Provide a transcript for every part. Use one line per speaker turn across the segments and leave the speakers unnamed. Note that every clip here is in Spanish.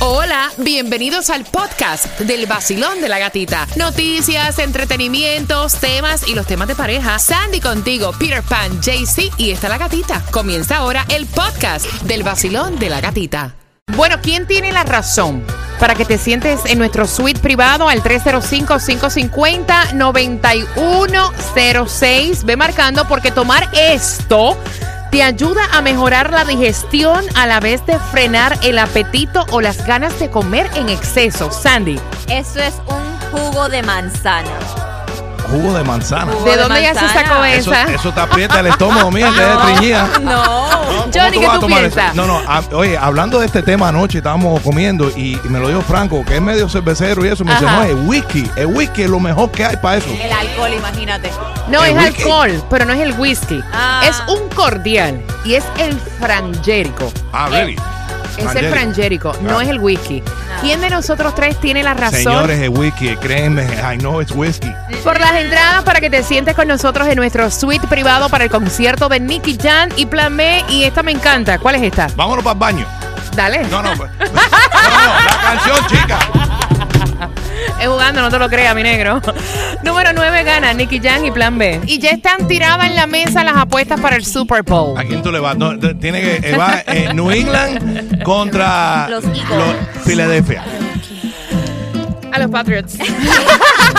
Hola, bienvenidos al podcast del vacilón de la gatita. Noticias, entretenimientos, temas y los temas de pareja. Sandy contigo, Peter Pan, JC y está la gatita. Comienza ahora el podcast del vacilón de la gatita. Bueno, ¿quién tiene la razón? Para que te sientes en nuestro suite privado al 305-550-9106. Ve marcando porque tomar esto te ayuda a mejorar la digestión a la vez de frenar el apetito o las ganas de comer en exceso. Sandy,
Eso es un jugo de manzana.
Jugo de manzana.
Jugo
¿de dónde ya se
manzana.
sacó
Eso,
esa?
eso te aprieta el estómago, mía, te de triñida.
No.
¿Cómo
Johnny, ¿qué
vas a
tú
tomar eso?
piensas?
No, no, a- oye, hablando de este tema anoche, estábamos comiendo y, y me lo dijo Franco, que es medio cervecero y eso, me
Ajá.
dice, no, es whisky, es whisky es lo mejor que hay para eso.
El alcohol, imagínate.
No,
el
es
whisky.
alcohol, pero no es el whisky.
Ah.
Es un cordial y es el frangélico.
Ah, really.
Es el
Frangélico.
frangélico, no
Ah.
es el whisky. ¿Quién de nosotros tres tiene la razón?
Señores, es whisky, créeme, I know it's whisky.
Por las entradas para que te sientes con nosotros en nuestro suite privado para el concierto de Nicky Jan y Plan B. Y esta me encanta. ¿Cuál es esta?
Vámonos para el baño.
Dale.
No, no, pues- no, no, la canción, chica.
Es jugando, no te lo creas, mi negro. Número 9 gana Nicky Jan y Plan B. Y ya están tiradas en la mesa las apuestas para el Super Bowl.
¿A quién tú le vas? No, t- tiene que, eh, va eh, New England contra
Los Eagles.
los Filadelfia.
A los Patriots.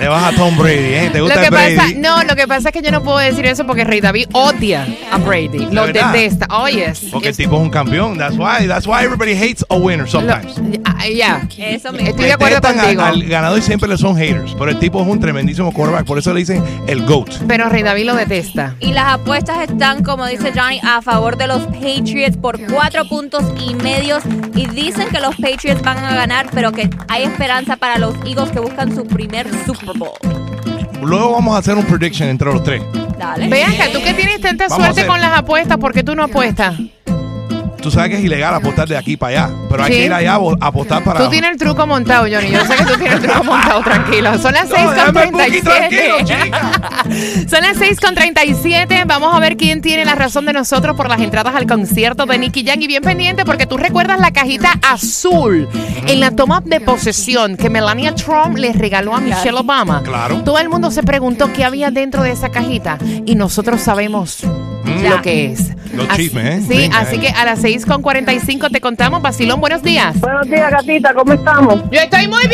Le vas a Tom Brady, ¿eh? ¿Te
Lo
gusta
que
el Brady?
pasa, no, lo que pasa es que yo no puedo decir eso porque Rey David odia a Brady. Lo
verdad?
detesta. Oh, yes.
Porque el
Es-
tipo es un campeón. That's why, that's why everybody hates a winner
lo-
sometimes.
ah, ya.
Eso mismo.
Este-
Estoy de acuerdo
Detestan a-
contigo.
al ganador y siempre le son haters. Pero el tipo es un tremendísimo quarterback. Por eso le dicen el GOAT.
Pero Rey David lo detesta.
Y las apuestas están, como dice Johnny, a favor de los Patriots por cuatro puntos y medios. Y dicen que los Patriots van a ganar, pero que hay esperanza para los Eagles que buscan su primer Super Bowl.
Luego vamos a hacer un prediction entre los tres.
Dale.
Vean acá, tú que tienes tanta
Vamos a
suerte
hacer-
con las apuestas, ¿por qué tú no apuestas?
Tú sabes que es ilegal apostar de aquí para allá. Pero hay
Sí.
que ir allá a vo- a apostar para.
Tú tienes el truco montado, Johnny. Yo sé que tú tienes el truco montado, tranquilo. Son las
No,
6.37.
déjame el Buki tranquilo, chica.
Son las 6.37. Vamos a ver quién tiene la razón de nosotros por las entradas al concierto de Nicky Jam. Y bien pendiente porque tú recuerdas la cajita azul en la toma de posesión que Melania Trump le regaló a Michelle Obama.
Claro.
Todo el mundo se preguntó qué había dentro de esa cajita y nosotros sabemos
Mm.
lo que es.
Los
Así-
chismes, ¿eh?
Sí,
Venga,
así
eh.
que a las 6.45 te contamos. Basilón, buenos días.
Buenos días, gatita, ¿cómo estamos?
Yo estoy muy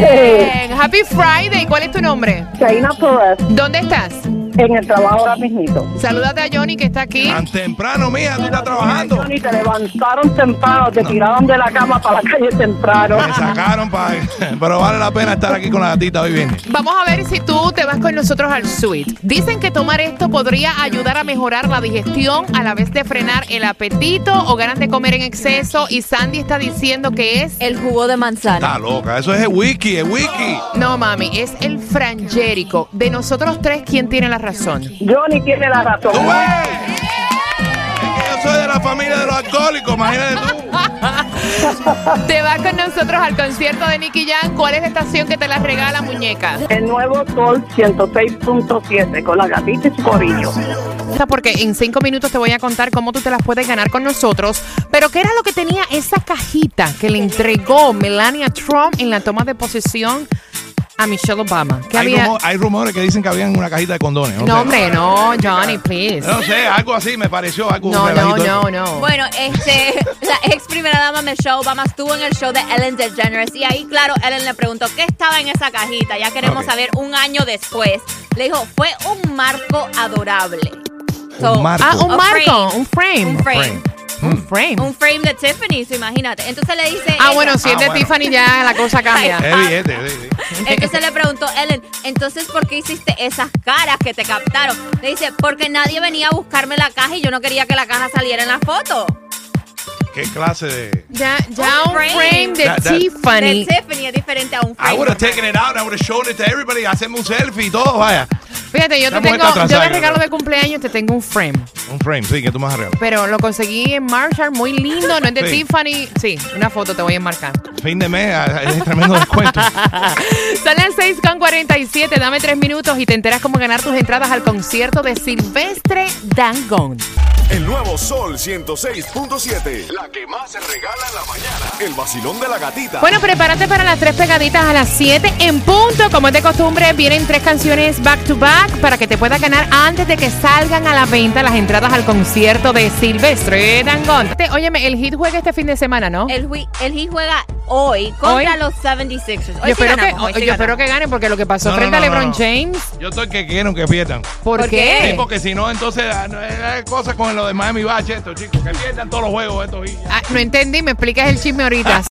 bien. Happy Friday. ¿Cuál es tu nombre?
Chaina Flores,
¿Dónde estás?
en el trabajo ahora mismito.
Salúdate a Johnny que está aquí.
Tan temprano, mija, tú estás trabajando.
Ni te levantaron temprano, te tiraron de la cama para la calle temprano.
Me sacaron para. Pero vale la pena estar aquí con la gatita hoy viernes.
Vamos a ver si tú te vas con nosotros al suite. Dicen que tomar esto podría ayudar a mejorar la digestión a la vez de frenar el apetito o ganas de comer en exceso. Y Sandy está diciendo que es...
El jugo de manzana.
Está loca. Eso es el wiki, el wiki.
No, mami, es el frangérico. De nosotros tres, ¿quién tiene la razón?
Johnny tiene la razón.
¡Tú ves! Es que yo soy de la familia de los alcohólicos, imagínate tú.
Te vas con nosotros al concierto de Nicky Jam. ¿Cuál es la estación que te la regala, muñeca?
El nuevo Sol 106.7 con la gatita y su corillo.
Porque en cinco minutos te voy a contar cómo tú te las puedes ganar con nosotros. Pero ¿qué era lo que tenía esa cajita que le entregó Melania Trump en la toma de posesión a Michelle Obama? ¿Qué
Hay,
había?
rumo- hay rumores que dicen que habían una cajita de condones.
no,
sé.
hombre, no, Johnny, please.
No sé, algo así me pareció. Algo
No,
un
no, no,
relajito.
no.
Bueno, este, la ex primera dama Michelle Obama estuvo en el show de Ellen DeGeneres y ahí, claro, Ellen le preguntó qué estaba en esa cajita. Ya queremos
Ok.
saber un año después. Le dijo, fue un marco adorable. So,
Un marco.
Ah, un
A
marco, un
un
frame.
frame.
Un frame.
Un frame de Tiffany's, imagínate. Entonces le dice.
Ah,
ella-
bueno, si es
Ah,
de
bueno.
Tiffany ya la cosa cambia.
Es billete, sí, sí.
Entonces le preguntó Ellen, entonces, ¿por qué hiciste esas caras que te captaron? Le dice, porque nadie venía a buscarme la caja y yo no quería que la caja saliera en la foto.
¿Qué clase de.?
Ya, ya
Un
un
frame.
frame de
That- that-
De
Tiffany.
Tiffany es diferente a un frame.
I would have
normal.
taken it out, I would have shown it to everybody, hacemos un selfie y todo, vaya.
Fíjate, yo te
La mujer
tengo,
está
yo de
atrasada,
regalo
creo.
de cumpleaños te tengo un frame.
Un frame, sí, que tú más arreglas.
Pero lo conseguí en Marshall, muy lindo, no es de
Sí.
Tiffany. Sí, una foto te voy a enmarcar.
Fin de mes, ah, es tremendo descuento.
Son las 6.47, dame tres minutos y te enteras cómo ganar tus entradas al concierto de Silvestre Dangond.
El nuevo Sol 106.7. La que más se regala en la mañana. El vacilón de la gatita.
Bueno, prepárate para las tres pegaditas a las 7 en punto. Como es de costumbre, vienen tres canciones back to back para que te puedas ganar antes de que salgan a la venta las entradas al concierto de Silvestre Dangón. Te- Óyeme, el hit juega este fin de semana, ¿no?
El, Heat- el Heat juega hoy contra
Hoy.
los 76ers. Hoy
yo
sí
espero,
ganamos,
que,
hoy sí
yo
ganamos.
espero que ganen porque lo que pasó
No, no,
frente
no,
a LeBron
no.
James,
Yo estoy que quieren que pierdan.
¿por,
¿Por
qué?
qué?
Sí, porque si no, entonces ah, no, eh, cosas con lo de Miami Bache, estos chicos, que pierdan todos los juegos estos. y ya.
Ah, no entendí, me explicas el chisme ahorita.